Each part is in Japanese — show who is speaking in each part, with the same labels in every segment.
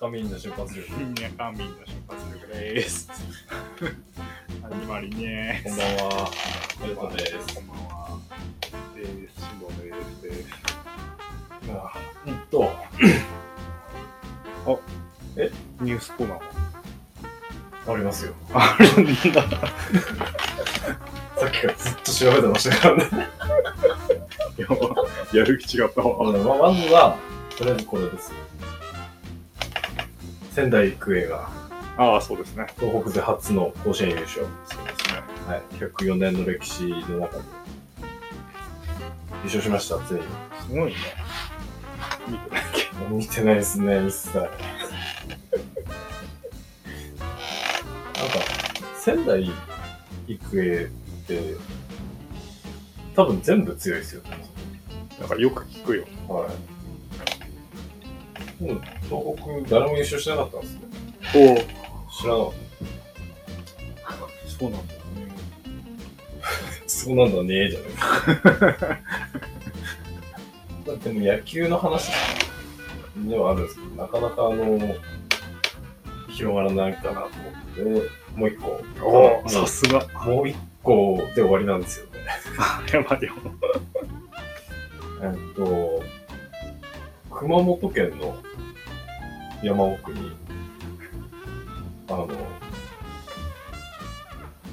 Speaker 1: カミンの瞬発力。
Speaker 2: ニャカミンの出発力です。始まりね。
Speaker 1: こんばんは。ベルトです。
Speaker 2: こんばんは。です。辛抱です。です。
Speaker 1: えっと、
Speaker 2: ニュースコーナーも
Speaker 1: ありますよ。
Speaker 2: あるんだ。
Speaker 1: さっきからずっと調べてましたからね。
Speaker 2: やばや る気違った
Speaker 1: あ
Speaker 2: わ。
Speaker 1: のままずは、とりあえずこれです。仙台育英が
Speaker 2: ああ、そうですね。
Speaker 1: 東北勢初の甲子園優勝。
Speaker 2: そうですね。
Speaker 1: はい。104年の歴史の中で優勝しました、ついに。
Speaker 2: すごいね。見てないけ
Speaker 1: 見てないですね、一切。なんか、仙台育英って、多分全部強いですよね。
Speaker 2: ど。なんかよく聞くよ。
Speaker 1: はい。でも、東北、誰も優勝してなかったんですね。
Speaker 2: おお。
Speaker 1: 知らなかっ
Speaker 2: そうなんだよね。
Speaker 1: た。そうなんだね、じゃないですか。 だってもう野球の話ではあるんですけど、なかなかあの、広がらないかなと思って、もう一個。
Speaker 2: お
Speaker 1: もう
Speaker 2: お、さすが。
Speaker 1: もう一個で終わりなんですよね。
Speaker 2: やばいよ。
Speaker 1: えっと、熊本県の山奥に、あの、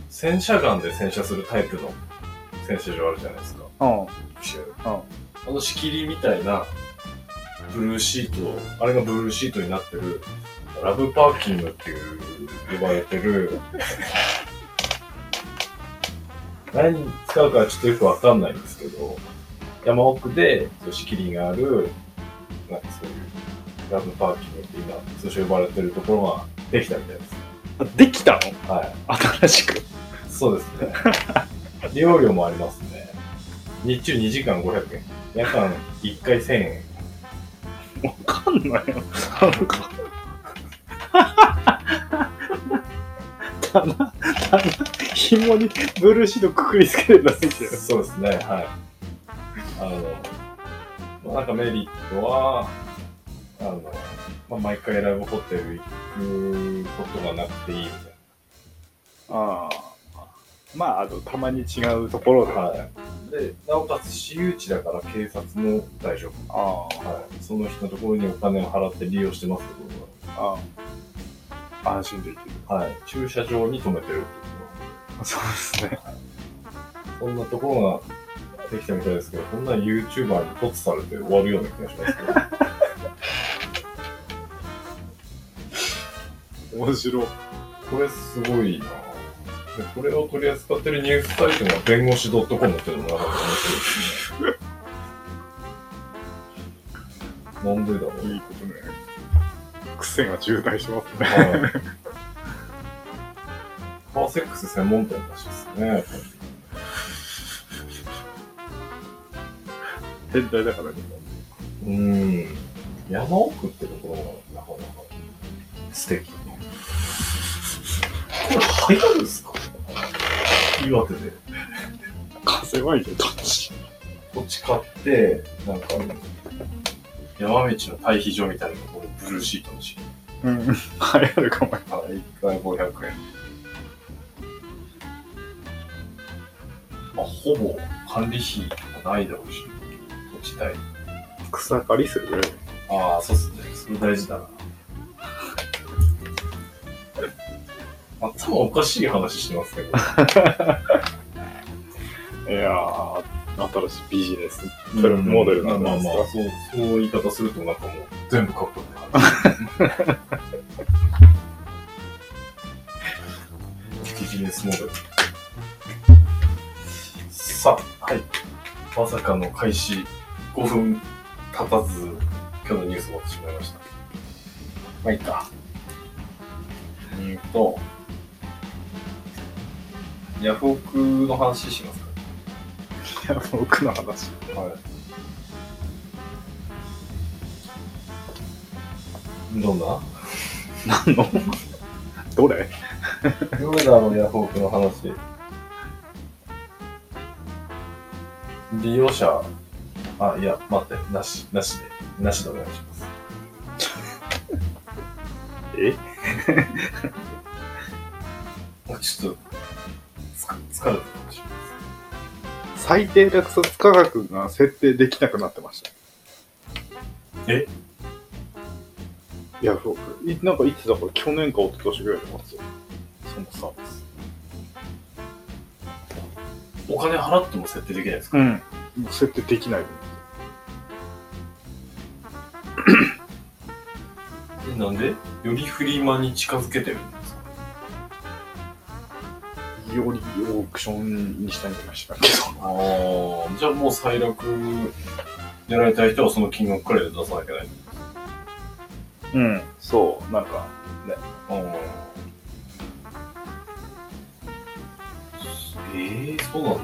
Speaker 1: 洗車ガンで洗車するタイプの洗車場あるじゃないですか。
Speaker 2: うん。
Speaker 1: あの仕切りみたいなブルーシート、あれがブルーシートになってる、ラブパーキングっていう呼ばれてる、何に使うかはちょっとよくわかんないんですけど、山奥でそう仕切りがある、なんかそういうラブパーキングって今、通称呼ばれてるところができたみたいです。
Speaker 2: あできたの
Speaker 1: はい。
Speaker 2: 新しく。
Speaker 1: そうですね。利用料もありますね。日中2時間500円。夜間1回1000円。
Speaker 2: わかんないよ。なんか。棚、棚、紐にブルーシートくくりつけてるだけじゃん。
Speaker 1: そうですね、はい。あの、まあ、なんかメリットは、あの、まあ、毎回ライブホテル行くことがなくていいみたい
Speaker 2: ああ。まあ、あと、たまに違うところで。
Speaker 1: な。はい。で、なおかつ私有地だから警察も大丈
Speaker 2: ああ
Speaker 1: 夫。はい。その人のところにお金を払って利用してますけ
Speaker 2: ああ。安心できる。
Speaker 1: ど、はい。駐車場に止めてるってこと
Speaker 2: そうですね。
Speaker 1: こんなところができたみたいですけど、こんなん YouTuber に突されて終わるような気がしますけど。
Speaker 2: 面白い。
Speaker 1: これすごいなぁでこれを取り扱ってるニュースサイトが弁護士 .com っていうのもなかなか面白いですね。なんでだろう。
Speaker 2: いいことね。癖が渋滞しますね。
Speaker 1: はいカーセックス専門店らしいですね。
Speaker 2: 変態だからね。
Speaker 1: うーん。山奥ってところがなかなか素敵。これ流行るんですか岩手で。
Speaker 2: 風はいいね、どっち。
Speaker 1: 土地買って、なんか、山道の堆肥場みたいなところ、ブルーシートの敷
Speaker 2: うん。流行るかも。
Speaker 1: あ、1回500円。まあ、ほぼ管理費もないだろうし、土地代。
Speaker 2: 草刈りする
Speaker 1: ああ、そうっすね。それ大事だな。頭おかしい話してますけど。
Speaker 2: いやー、新しいビジネス。プロモデルなん
Speaker 1: まあ
Speaker 2: ですか
Speaker 1: まあまあ、そう、そういう言い方するとなんかもう全部カップルだ ビジネスモデル。さあ、はい。まさかの開始5分経たず、今日のニュース終わってしまいました。まあ、いいか。うんと、ヤフオクの話しますか
Speaker 2: いや、僕の話。
Speaker 1: はい。どんな
Speaker 2: 何のどれ
Speaker 1: どうだろう、ヤフオクの話。利用者、あ、いや、待って、なし、なしで、なしでお願いします。
Speaker 2: え
Speaker 1: あちょっと、つか疲れてるかもしれない
Speaker 2: 最低落札価格が設定できなくなってました。
Speaker 1: え
Speaker 2: ヤフオク。いなんか言ってたから去年か一昨年ぐらいでますよ。そのサービス。
Speaker 1: です。お金払っても設定できないですか、
Speaker 2: うん。もう設定できない。
Speaker 1: えなんでよりフリマに近づけてるんですか
Speaker 2: よりオークションにしたいんじゃないかけど。
Speaker 1: ああ、じゃあもう最落狙いたい人はその金額くらいで出さなきゃいけない。
Speaker 2: うん。そう。なんか、
Speaker 1: あーええそうなんだ。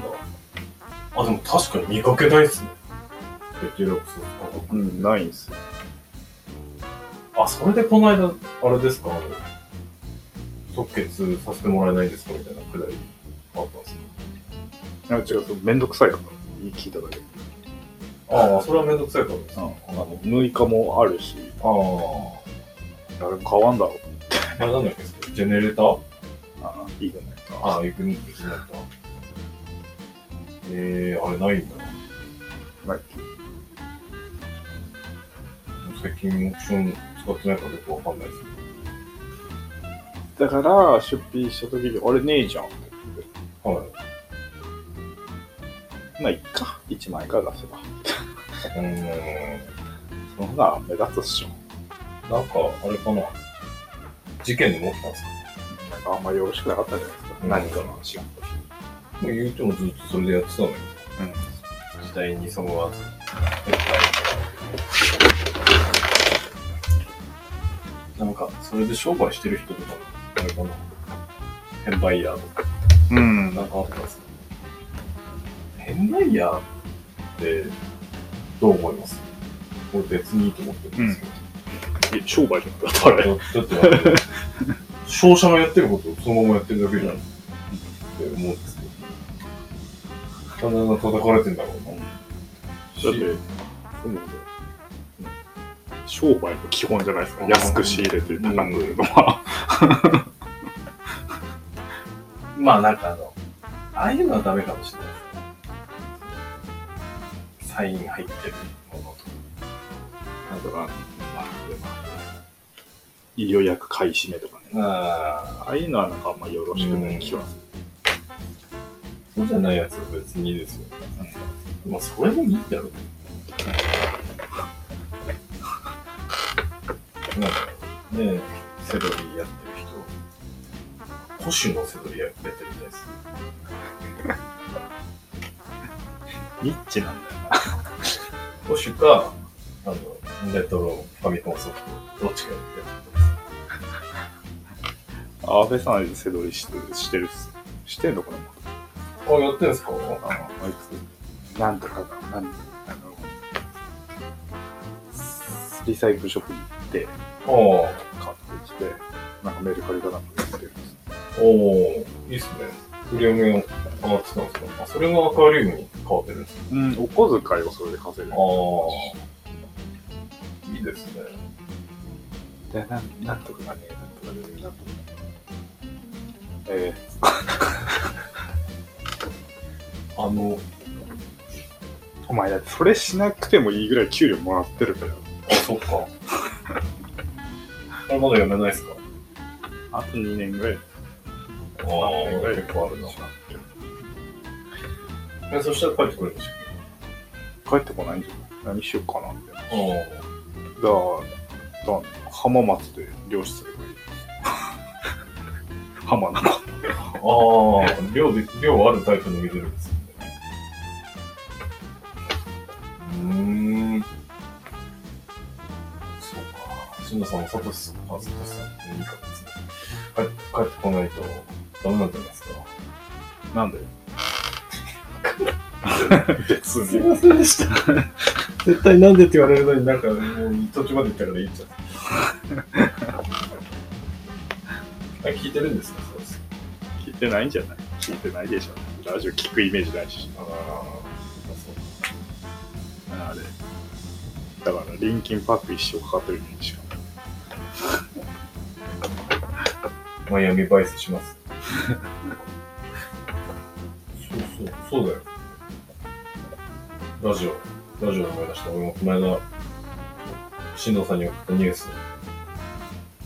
Speaker 1: あ、でも確かに見かけないっすね。ベテランスの価
Speaker 2: うん、ないんすよ。
Speaker 1: 格あ、それでこの間、あれですかあの即決させてもらえないんですかみたいなくらいあったんですね。
Speaker 2: あ違う、そうめんどくさいから。聞いただけ。
Speaker 1: ああ、それはめんどくさいからです。
Speaker 2: うん。あの、6日もあるし、
Speaker 1: ああ。
Speaker 2: 誰も買わんだろう。
Speaker 1: あれなんだっけそれジェネレーター
Speaker 2: あいいじゃないか。
Speaker 1: ああ、行くんですね。ええあれないんだ。
Speaker 2: ない
Speaker 1: 最近オプション使ってないからよくわかんないですけ
Speaker 2: だから、出品した時に、あれねえじゃん。
Speaker 1: ど。はい。
Speaker 2: まあ、いっか。1枚から出せば。
Speaker 1: うーん。
Speaker 2: その方が目立つっしょ。
Speaker 1: なんか、あれかな。事件でも起きたんですか
Speaker 2: なんかあんまりよろしくなかったじゃないですか。
Speaker 1: うん
Speaker 2: 何かの話が。
Speaker 1: もう言うてもずっとそれでやってたのよ。時代にそぐわず。なんか、それで商売してる人とか、あれかな。転売ヤーとか。
Speaker 2: うん。うん。
Speaker 1: なんかあったんですか変なイヤーって、どう思います俺別にいいと思ってるんですけど。
Speaker 2: 商売じゃなかった、あれ。
Speaker 1: だってだって、商社がやってることをそのままやってるだけじゃんって思うんですけど。体が叩かれてんだろうな。
Speaker 2: だって、うん商売の基本じゃないですか。安く仕入れて高く売るのは。
Speaker 1: まあなんかあの、ああいうのはダメかもしれないですね。サイン入ってるものとか。
Speaker 2: なんとか、まあ、でも予約買い占めとかね。
Speaker 1: ああ、
Speaker 2: ああいうのはなんかあんまよろしくない気はする。
Speaker 1: そうじゃないやつは別にいいですよ。まあそれもいいんだろうけど。なんかね、セドリやってる人、保守のセドリやってるみたいです。
Speaker 2: ニッチなんだよ
Speaker 1: 保守か、あの、レトロファミコンソフト、どっちかやってる
Speaker 2: な。阿部さん、背取りしてしてるっす。してんのかな
Speaker 1: あ、やってんすか
Speaker 2: あのあいつ、なんとかが、なん、あの、リサイクルショップに行って、
Speaker 1: ああ。
Speaker 2: 買ってきて、なんかメルカリかなんかで売ってるんです。
Speaker 1: おおいいっすね。売り上げが上がってたんですかあ、それがアクアリウムに変わってるんですか
Speaker 2: うん、お小遣いをそれで稼いで
Speaker 1: ああ。いいですね。
Speaker 2: で、なんなんとかがね、なんとかで、なんとかえ
Speaker 1: あの、
Speaker 2: ー、お前だってそれしなくてもいいぐらい給料もらってるから。
Speaker 1: あ、そっか。 あれまだやめないっすか
Speaker 2: あと2年ぐらい。
Speaker 1: ああ、結構あるな。え、そしたら帰ってくるんでし
Speaker 2: 帰ってこないんじゃない何しようかなって。だか
Speaker 1: ょ
Speaker 2: ら、だから浜松で漁師すればいいです。浜名湖。
Speaker 1: ああ、量で、量あるタイプの水ですね。うーん。そうか。しんさんもサトシさんもサトシさんもいいかもですね。帰って、帰ってこないとダメなんじゃないですか。
Speaker 2: なんで別
Speaker 1: すい
Speaker 2: に。
Speaker 1: ませんでした。絶対なんでって言われるのになんかもう途中まで行ったからいいじゃん。あ聞いてるんですかそうです。
Speaker 2: 聞いてないんじゃない聞いてないでしょ。ラジオ聞くイメージないし。
Speaker 1: ああ、そう
Speaker 2: あれ。だから、リンキンパーク一生かかってるイメージしかない。
Speaker 1: マイアミバイスします。そうそう、そうだよ。ラジオ、ラジオで思い出した。俺もこの間、新藤さんに送ったニュース、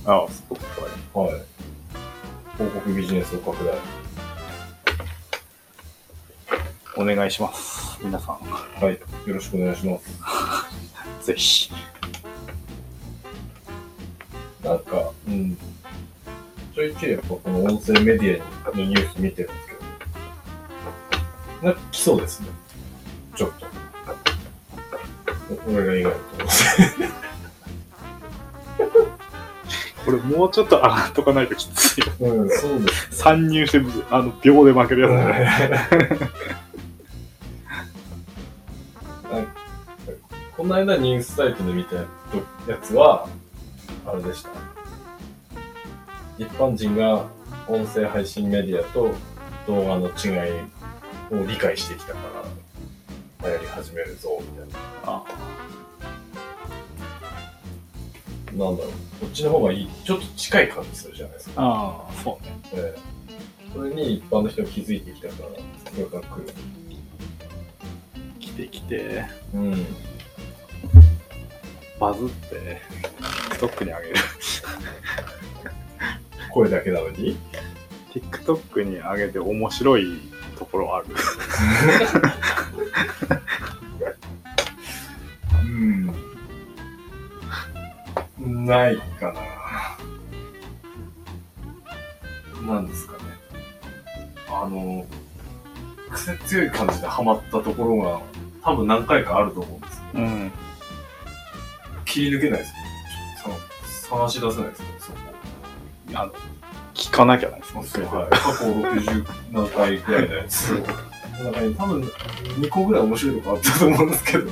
Speaker 2: ああ、スポットは
Speaker 1: はい。広告ビジネスを拡大。
Speaker 2: お願いします。皆さん、
Speaker 1: はい。よろしくお願いします。
Speaker 2: ぜひ。
Speaker 1: なんか、うん。ちょいちょいやっぱこの音声メディアのニュース見てるんですけど、なんか来そうですね。ちょっと。お俺が以外だと思って。
Speaker 2: これもうちょっと上がっとかないときついよ。
Speaker 1: うん、そうです。
Speaker 2: 参入して、あの、秒で負けるやつだね。
Speaker 1: なんかこの間ニュースサイトで見たやつは、あれでした。一般人が音声配信メディアと動画の違いを理解してきたから、流行り始めるぞ、みたい
Speaker 2: あ
Speaker 1: な。なんだろう。こっちの方がいい。ちょっと近い感じするじゃないですか。
Speaker 2: あ、そうね。
Speaker 1: ええそれに一般の人が気づいてきたから、それが来る。
Speaker 2: 来て来て、
Speaker 1: うん。
Speaker 2: バズって、TikTok にあげる。
Speaker 1: 声だけなのに
Speaker 2: TikTok にあげて面白いところある。
Speaker 1: うん。ないかな。なんですかね。あの、癖強い感じでハマったところが、多分何回かあると思うんです
Speaker 2: うん。
Speaker 1: けど、切り抜けないですね。ちょっと探し出せないですね、そこ。
Speaker 2: あの、聞かなきゃないですね。
Speaker 1: はい。過去60何回くらいのやつを。なんかね、多分2個ぐらい面白いとこあったと思うんですけど。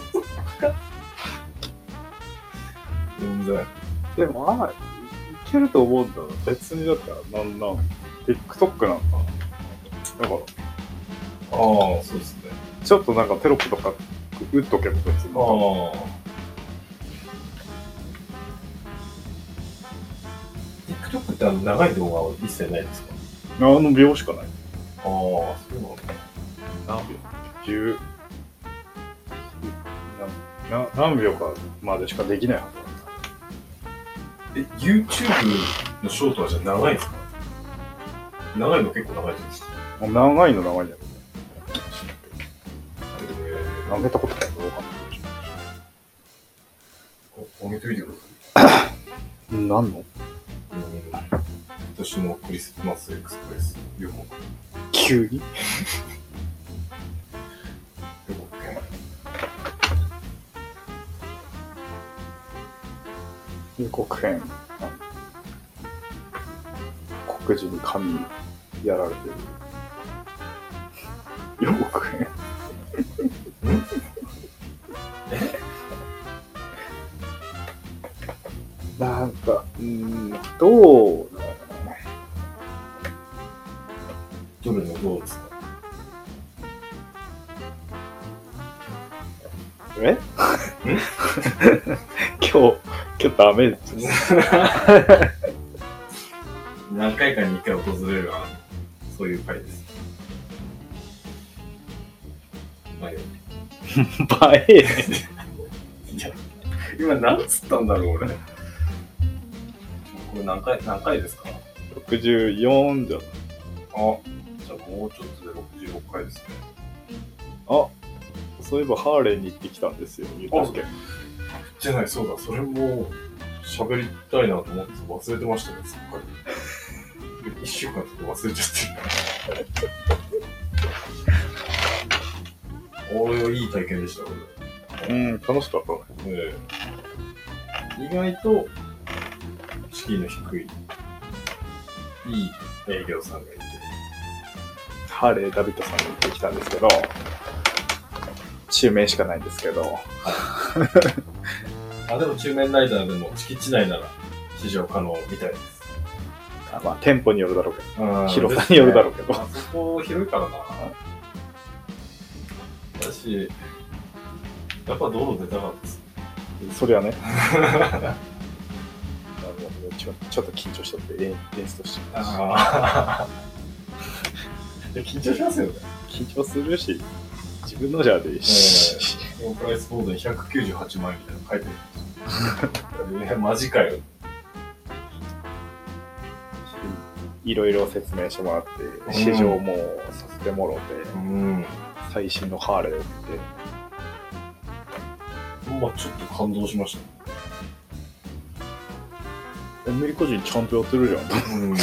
Speaker 1: 全然。
Speaker 2: でも、ああ、いけると思うんだよ。別にだったら、なんなん、TikTok なんか、だから、
Speaker 1: ああ、そうですね。
Speaker 2: ちょっとなんかテロップとか打っとけば別に。
Speaker 1: ああ。TikTok ってあの長い動画は一切ないですか
Speaker 2: あの秒しかない。
Speaker 1: ああ、そうなんだ。
Speaker 2: 何秒 ?10。なな何秒かまでしかできないはずなんだ
Speaker 1: え、YouTube のショートはじゃあ長いんですか長いの結構長いじゃないですか。
Speaker 2: もう長いの長いんだけ
Speaker 1: え
Speaker 2: ど、投げたことないかどうか
Speaker 1: ー、お上げてみてください。
Speaker 2: なんなんの
Speaker 1: うん今年のクリスマスエクスプレス予告
Speaker 2: 急に
Speaker 1: 予告編
Speaker 2: 予告編。黒人に髪やられてる。予告編。なんか、うーん、どうだろうな
Speaker 1: どれのどうですか
Speaker 2: え 今日、今日ダメです。
Speaker 1: 何回かに一回訪れるあのそういう回ですまあよ
Speaker 2: 映え。
Speaker 1: いや今何つったんだろう俺これ何回何回ですかあ
Speaker 2: 64じゃん。
Speaker 1: じゃあもうちょっとで66回ですね
Speaker 2: あ、そういえばハーレーに行ってきたんですよ、言ったっけ。
Speaker 1: じゃないそうだそれも喋りたいなと思って忘れてましたねすっかり1週間ちょっと忘れちゃって る俺はいい体験でした
Speaker 2: う
Speaker 1: 俺
Speaker 2: ん、楽しかったね。
Speaker 1: ええ意外と敷居の低いいい営業さんがいて
Speaker 2: ハーレー・ダビッドさんに行ってきたんですけど、中名しかないんですけど、
Speaker 1: あでも中面ライダーでも敷地内なら試乗可能みたいです
Speaker 2: あまあ、店舗によるだろうけど、
Speaker 1: うん
Speaker 2: 広さによるだろうけど
Speaker 1: ですねあそこ広いからな。だし、 やっぱ道路出たかったです。
Speaker 2: そりゃね。もうちょちょっと緊張しとって演演出として
Speaker 1: ああ。いや緊張しますよね。
Speaker 2: 緊張するし自分のじゃでいいし、
Speaker 1: ロープライスボードに198万円みたいなの書いてる んですよ。えマジかよ。
Speaker 2: いろいろ説明してもらって試乗もさせてもろて、
Speaker 1: うん。
Speaker 2: 最新のハーレーって
Speaker 1: まあちょっと感動しましたね。
Speaker 2: アメリカ人ちゃんとやってるじゃん
Speaker 1: うん。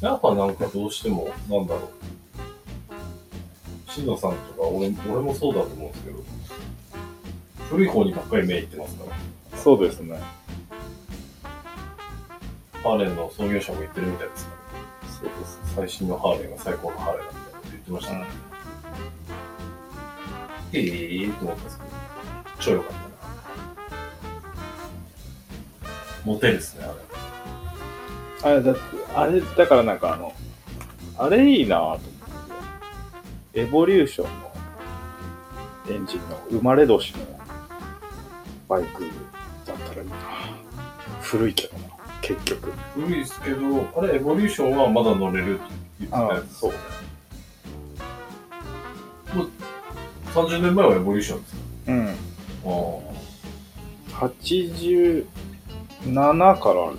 Speaker 1: やっぱなんかどうしても、なんだろう。しのさんとか俺、俺もそうだと思うんですけど、古い方にばっかり目いってますから。
Speaker 2: そうですね
Speaker 1: ハーレーの創業者も言ってるみたいですから。
Speaker 2: そうです
Speaker 1: 最新のハーレーが最高のハーレーだみたいなこと言ってましたね。ええー、と思ったんですけど、超良かったな。モテるっすね、あ
Speaker 2: あ
Speaker 1: れ。
Speaker 2: れだってあれだからなんかあのあれいいなぁと思ってエボリューションのエンジンの生まれ年のバイクだったらいいな古いけどな結局
Speaker 1: 古いですけど、あれ、エボリューションはまだ乗れるって言ってたやつ。
Speaker 2: そう
Speaker 1: 30年前はエボリューションですよ。
Speaker 2: うん
Speaker 1: ああ。
Speaker 2: 87からあるんじゃないかなエボ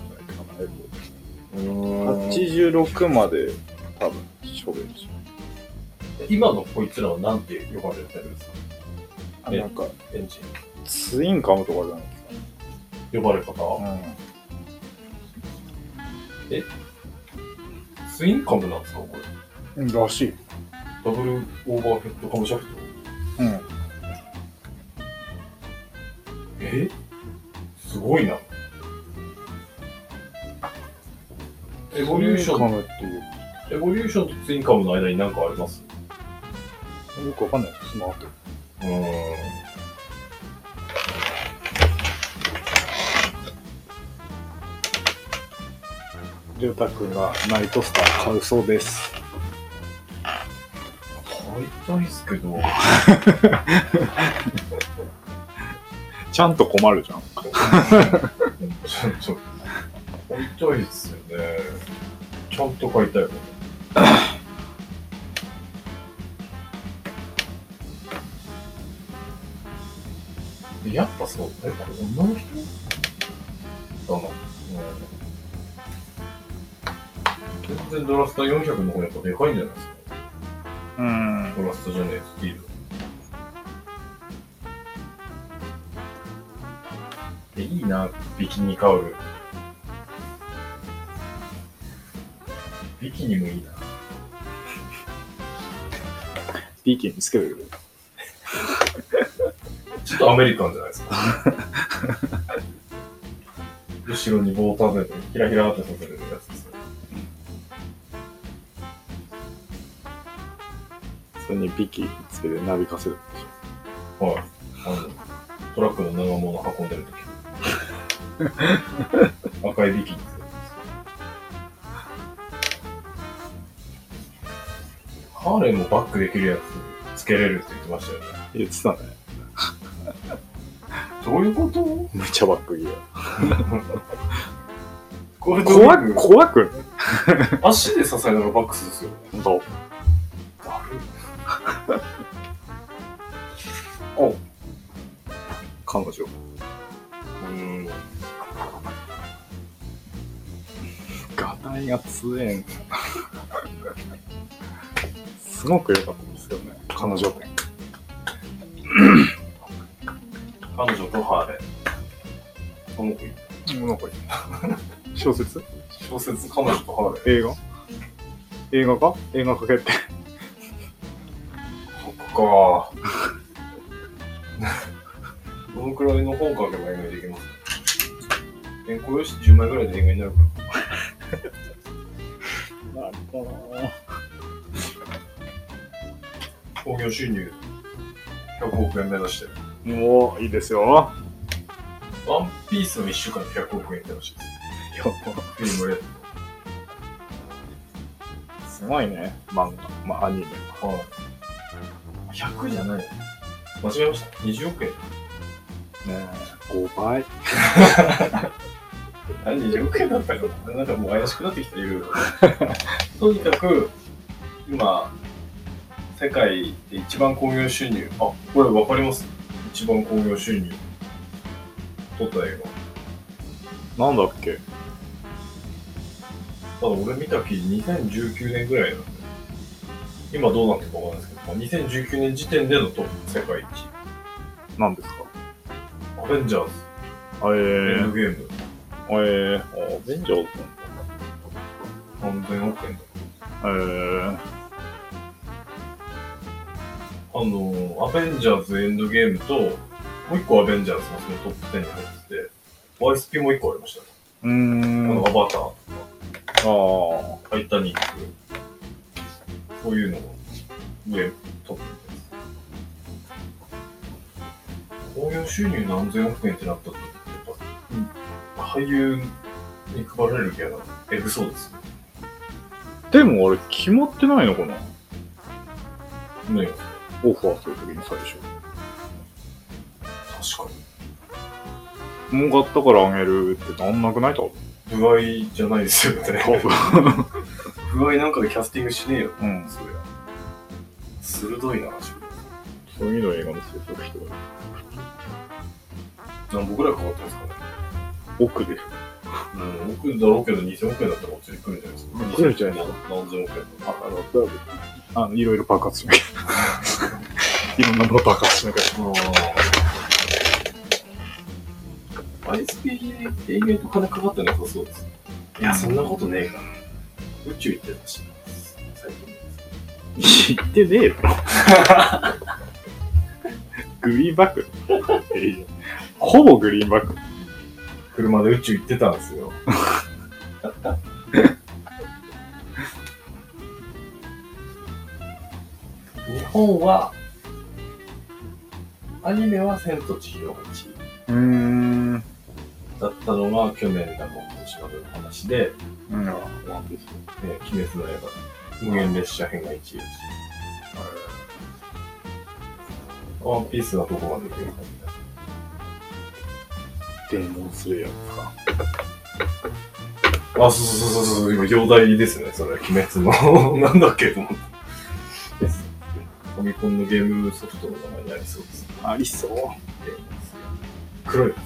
Speaker 1: うーん
Speaker 2: 86まで多分処分し
Speaker 1: 今のこいつらはなんて呼ばれてるんですか
Speaker 2: あ
Speaker 1: え
Speaker 2: なんか
Speaker 1: エンジ
Speaker 2: ツインカムとかじゃないですか
Speaker 1: ン。呼ばれ方、
Speaker 2: う
Speaker 1: スインカムなんですかこれ。
Speaker 2: んらしい
Speaker 1: ダブルオーバーヘッドカムシャフト
Speaker 2: うん
Speaker 1: えすごいな。エボリューシ
Speaker 2: ツイン
Speaker 1: ョ
Speaker 2: カムっていう
Speaker 1: ン、エボリューションとツインカムの間に何かあります
Speaker 2: よくわかんないですスマート
Speaker 1: うーん。
Speaker 2: りょうたくんがナイトスター買うそうです
Speaker 1: 買いたいっすけど。
Speaker 2: ちゃんと困るじゃん
Speaker 1: ちょっと、買いたいっすよね。ちゃんと買いたいもん。でやっぱそう、え、これ女の人だな。うん。全然ドラスター400の方がやっぱでかいんじゃないですか。
Speaker 2: うん
Speaker 1: ドラスタじゃねえ、スティール。え、いいな、ビキニカウル。ビキニもいいな。
Speaker 2: ビキニつける
Speaker 1: ちょっとアメリカンじゃないですか。後ろに棒を立てて、ひらひらってさせるやつですよ。
Speaker 2: それにビキニつけてなびかせるでし
Speaker 1: はい。あの、トラックの長物運んで る時赤いビキニですよ。ハーレーもバックできるやつつけれるって言ってましたよね。
Speaker 2: ょ言ってたね
Speaker 1: どういうこと
Speaker 2: めっちゃバックギア
Speaker 1: これ
Speaker 2: 怖く
Speaker 1: こ
Speaker 2: 怖くない
Speaker 1: 足で支えながらバックス ですよ。
Speaker 2: ほんと
Speaker 1: だる。おう
Speaker 2: 彼女
Speaker 1: ん。
Speaker 2: ガタイが強えんだよなすごく良かったですよね彼女って
Speaker 1: 彼女とハーレー。この子
Speaker 2: なんか小説
Speaker 1: 小説彼女とハーレ
Speaker 2: 映
Speaker 1: ー。
Speaker 2: 画映画か映画かけて。
Speaker 1: そっか。 どのくらいの本書けば映画にできますか原稿用紙10枚ぐらいで映画になるか
Speaker 2: なるほ
Speaker 1: ら。興行収入100億円目指してる。
Speaker 2: ど。もういいですよ。
Speaker 1: ワンピースの1週間で100億円いってほしいです。フィルムレッ
Speaker 2: すごいね。漫画。まあ、アニメ。
Speaker 1: ド。はい。100じゃない。間違えました。20億円。
Speaker 2: ね5倍。
Speaker 1: 何時億円だったかななんかもう怪しくなってきている。とにかく、今、世界で一番興行収入、あ、これわかります一番興行収入。取った映
Speaker 2: なんだっけ
Speaker 1: 画。ただ俺見たき2019年ぐらいなんで、今どうなってるかわかんないですけど、まあ、2019年時点でのトップ、世界一。
Speaker 2: なんですか
Speaker 1: アベンジャーズ、
Speaker 2: あえ
Speaker 1: エンド
Speaker 2: ー、
Speaker 1: ゲーム、
Speaker 2: えー、あ、ベンジャーズ
Speaker 1: 3000億円。
Speaker 2: なんだ。
Speaker 1: あの、アベンジャーズエンドゲームと、もう一個アベンジャーズがそのトップ10に入ってて、YSP もう一個ありましたね。
Speaker 2: えー、うーん、
Speaker 1: こ
Speaker 2: あ
Speaker 1: のアバターと
Speaker 2: あ、
Speaker 1: か、タイタニック、そういうのが上、トップです。興行収入何千億円ってなったって、やっぱ、俳優に配られるギャラ、エグそうです
Speaker 2: でもあれ決まってないのかな
Speaker 1: ね。ね
Speaker 2: オファーするときに最初。
Speaker 1: 確か
Speaker 2: 儲かったからあげるってなんなくないと
Speaker 1: に。不合じゃないですよね。
Speaker 2: 多分。
Speaker 1: 不合なんかでキャスティングしねえよ。
Speaker 2: うん。
Speaker 1: そりゃ。鋭いな、自分。
Speaker 2: 次の映画の制作費とか、
Speaker 1: 何僕らいかかってますかね。
Speaker 2: 奥でし
Speaker 1: うん、僕だろうけど2000億円だったらこっちに来るんじゃないですか。
Speaker 2: 来るんじゃないです
Speaker 1: か。何千億円
Speaker 2: ょ。あの、だあの、いろいろ爆発しなきゃ。 いろんなもの爆発しなきゃ。
Speaker 1: ああ。ISP って意外と金かかってなさそうです。いや、そんなことねえかな。宇宙行ってたし、最近。
Speaker 2: 知ってねえよ。グリーンバックいいじゃんほぼグリーンバック。
Speaker 1: 車で宇宙行ってたんですよ。日本は、アニメは千と千尋が1位。
Speaker 2: うーん。うん。
Speaker 1: だったのが去年だもん、今年までの話で、
Speaker 2: ワンピース。
Speaker 1: えー鬼滅の刃、無限列車編が1位です。ワンピースはどこまで出るかみたい
Speaker 2: デ
Speaker 1: な。
Speaker 2: ーモンスレイヤーですか。
Speaker 1: あ、そうそうそうそう、今、容体ですね、それ、鬼滅の。 なんだっけと思って。ですファミコンのゲームソフトの名前にありそうです。
Speaker 2: ありそう。
Speaker 1: で黒いやつ。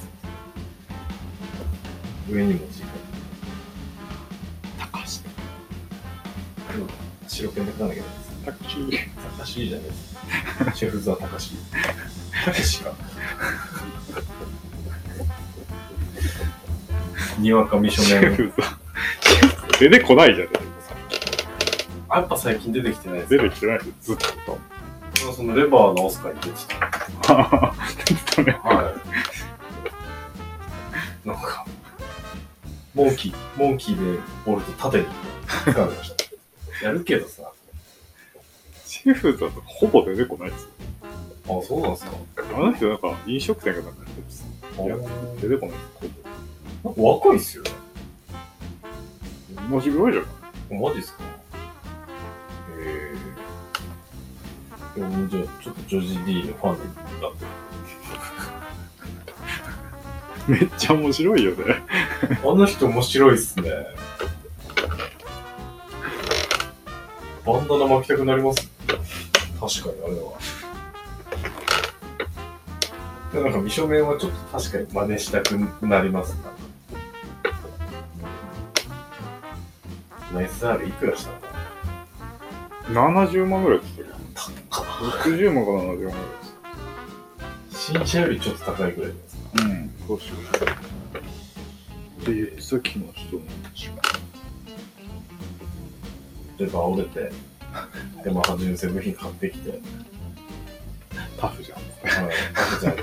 Speaker 1: 上にも字が。
Speaker 2: 高橋。
Speaker 1: 黒白ペンで書かなきゃいけないで
Speaker 2: 高
Speaker 1: す。
Speaker 2: 橋。
Speaker 1: 高しじゃないですか。シェフザ高し。高しが。にわか美少
Speaker 2: シェ
Speaker 1: 年。
Speaker 2: フさん。出てこないじゃん。
Speaker 1: やっぱ最近出てきてないです
Speaker 2: 出てきてないでずっと。
Speaker 1: そのレバーのオスカーに出てきて。
Speaker 2: ずっとね。
Speaker 1: はい。なんか、モンキー、モンキーでボールと縦に掴んでました。やるけどさ。あ、
Speaker 2: シェフさんほぼ出てこないですよ。
Speaker 1: そうなんですか。
Speaker 2: あの人なんか飲食店かなんかやってるんですよいや出てこないです
Speaker 1: なんか若いっすよね。
Speaker 2: ほぼ。同じぐらいじゃない
Speaker 1: マジですかへえ。でもじゃあ、ちょっとジョージ D のファンになって。
Speaker 2: めっちゃ面白いよね。
Speaker 1: あの人面白いっすね。バンダナ巻きたくなります。確かに、あれは。なんか、美少年はちょっと確かに真似したくなりますな。ナイス R いくらしたのかな
Speaker 2: 70万ぐらいですよ。60万か70万ぐらいです。
Speaker 1: 新車よりちょっと高いぐらいですか。
Speaker 2: うん、そうしよう。って言ってた気もして
Speaker 1: で、バ折れて、で、まあ、純正部品買ってきて、はい、
Speaker 2: タフじゃん。
Speaker 1: あじゃんっつって。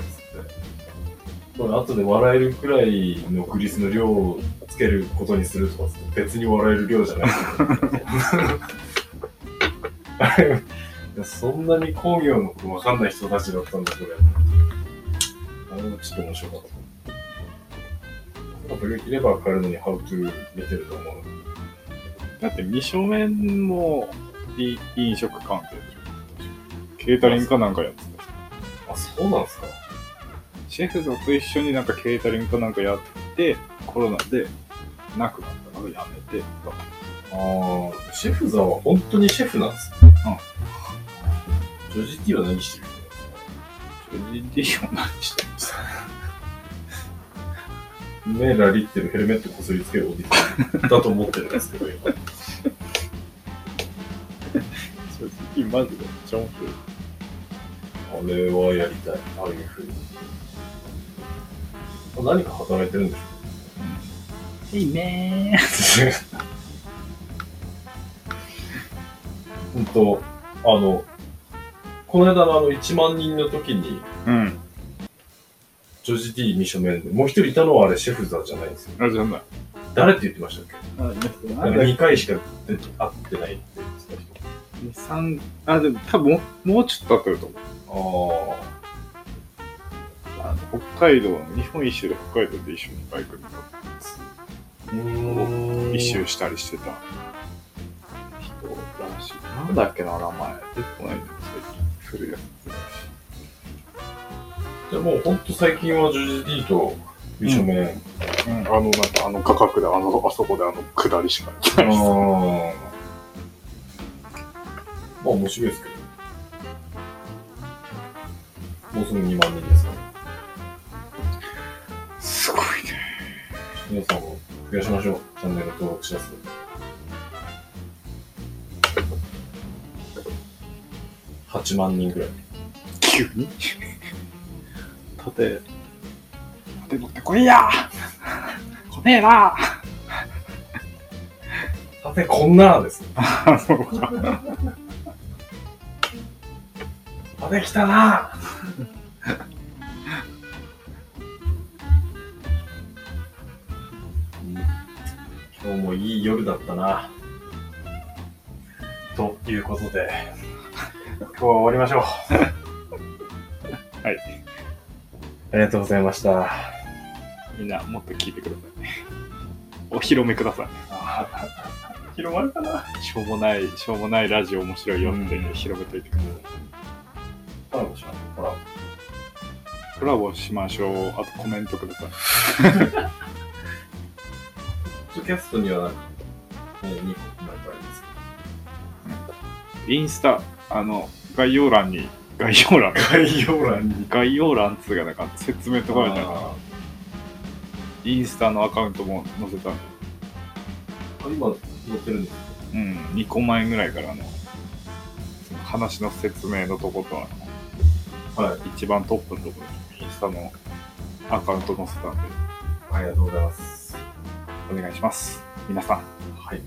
Speaker 1: これ、後で笑えるくらいのグリスの量をつけることにするとかっつって、別に笑える量じゃない。あれい やそんなに工業のことわかんない人たちだったんだ、これ。あれもちょっと面白かった。やっぱレバー変えるのに How to 出てると思う。
Speaker 2: だって、未書面もい飲食関係でしょ。ケータリングかなんかやってたし。
Speaker 1: あ、そうなんですか
Speaker 2: シェフさんと一緒になんかケータリングかなんかやって、コロナでなくなったからやめてとか
Speaker 1: ああ、シェフザは本当にシェフなんですうん。ジョジティは何してる
Speaker 2: ジョジディを何してるんですか
Speaker 1: のメラリってるヘルメットこすりつけるおじさんだと思ってるんですけど、今。
Speaker 2: 正直マジでめっちゃ面白い
Speaker 1: あれはやりたい。ああいうふうに。何か働いてるんでしょ
Speaker 2: いいね
Speaker 1: 本当あの、この間のあの1万人の時に、
Speaker 2: うん。
Speaker 1: ジョジ D 未書面で、もう一人いたのはあれシェフザじゃないんですよ。
Speaker 2: あ、じゃない。
Speaker 1: 誰って言ってましたっけ
Speaker 2: あ、
Speaker 1: なんか2回しか出て会ってないって言ってた人。
Speaker 2: 三あ、でも多分もうもうちょっと経ってると思う。あ
Speaker 1: あ
Speaker 2: の北海道の、日本一周で北海道で一緒にバイクに乗って
Speaker 1: あ。うーん
Speaker 2: 一周したりしてた人らしい。なんだっけな、名前。出てこないんだよ、最近。古いやつ。
Speaker 1: でもうほんと最近はジョジ D と未書面。
Speaker 2: うん、あの、なんか、あの価格で、あの、あそこで、あの、下りしか行ってないです。
Speaker 1: ああ。まあ面白いですけど。もうすぐ2万人ですから。
Speaker 2: すごいね。
Speaker 1: 皆さんも増やしましょう。チャンネル登録者数。8万人ぐらい。
Speaker 2: 急に盾、盾持ってこい や来ねえな
Speaker 1: さて、こんなですね。
Speaker 2: あの、
Speaker 1: さて、来たな今日もいい夜だったな。ということで、今日は終わりましょう。
Speaker 2: はい。
Speaker 1: ありがとうございました。
Speaker 2: みんなもっと聞いてくださいね。お披露目ください。
Speaker 1: 広まるかな
Speaker 2: しょうもない、しょうもないラジオ面白いよって
Speaker 1: うん
Speaker 2: 広めといてください。
Speaker 1: コラボしましょう。コラボ。
Speaker 2: コラボしましょう。あとコメントください。
Speaker 1: ポッドキャストにはなんか、ね、2個なんかあります
Speaker 2: インスタ、あの、概要欄に、概要欄、
Speaker 1: けど。概要欄に。
Speaker 2: 概要欄っつうか、なんか説明とかみたいな、
Speaker 1: あ
Speaker 2: インスタのアカウントも載せたんで、
Speaker 1: 今、載ってるんですか
Speaker 2: うん、2個前ぐらいからの、その話の説明のとこと、あ
Speaker 1: はい。
Speaker 2: の一番トップのとこに、インスタのアカウント載せたんで、
Speaker 1: ありがとうございます。
Speaker 2: お願いします。皆さん、
Speaker 1: はい。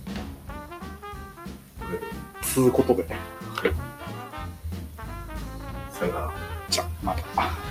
Speaker 1: これで、
Speaker 2: つうことで、
Speaker 1: さよなら。
Speaker 2: じゃあ、また。